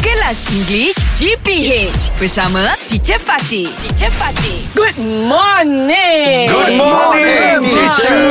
Kelas English GPH bersama Teacher Fatih. Teacher Fatih. Good morning. Good morning, teacher.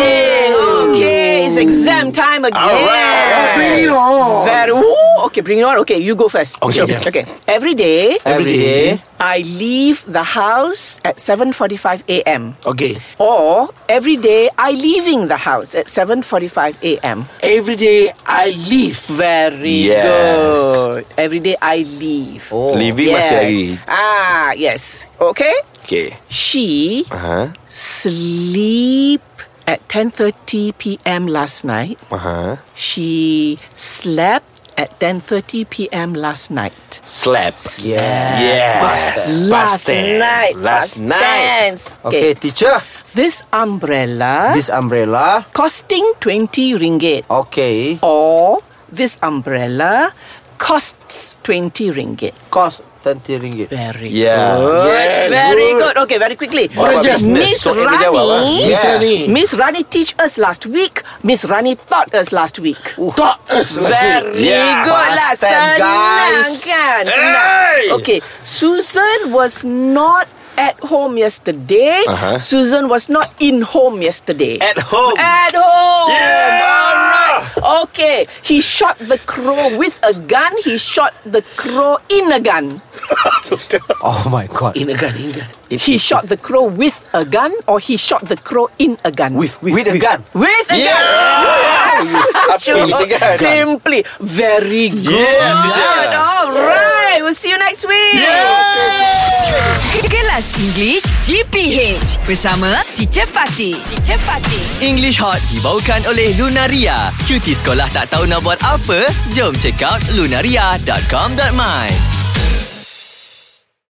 Okay, it's exam time again. Alright. Bring it on. Very. Ooh, okay, bring it on. Okay, you go first. Okay, okay. yeah. okay. Every day, Every day. I leave the house at 7:45 a.m. Okay. Or every day, I leaving the house at 7:45 a.m. Every day I leave. Very Yes. good. Every day, I leave. Oh. Living yes. masih lagi Ah, yes. Okay. Okay She Aha sleep at 10:30 p.m. last night. Aha She slept at 10:30 p.m. last night. Slap Yeah. Yeah Past Last tense. night. Last night tense. Okay, Okay. teacher. This umbrella This umbrella. costing 20 ringgit Okay. or this umbrella costs 20 ringgit. Cost 20 ringgit. Very Yeah. good. Yeah, very good. good. Okay, very quickly. Orang business, Miss so every Rani, jawab, ah. Miss Yeah. Rani. Miss Rani teach us last week. Miss Rani taught us last week. Taught us last Very week. good lah Past tense, guys. Senang kan Senang Hey! Okay Susan was not At home yesterday Uh-huh. Susan was not in home yesterday At home At home Yeah! Alright Okay He shot the crow with a gun He shot the crow in a gun Oh my god. In a gun, in a gun. He shot the crow with a gun Or he shot the crow in a gun With, with, a gun. With a gun Apa Sure. isi kan Simply very good. Yes, yes. All right. We'll see you next week. Kelas English GPH bersama Teacher Fatih. Teacher Fatih. English Hot dibawakan oleh Lunaria. Cuti sekolah tak tahu nak buat apa? Jom check out lunaria.com.my.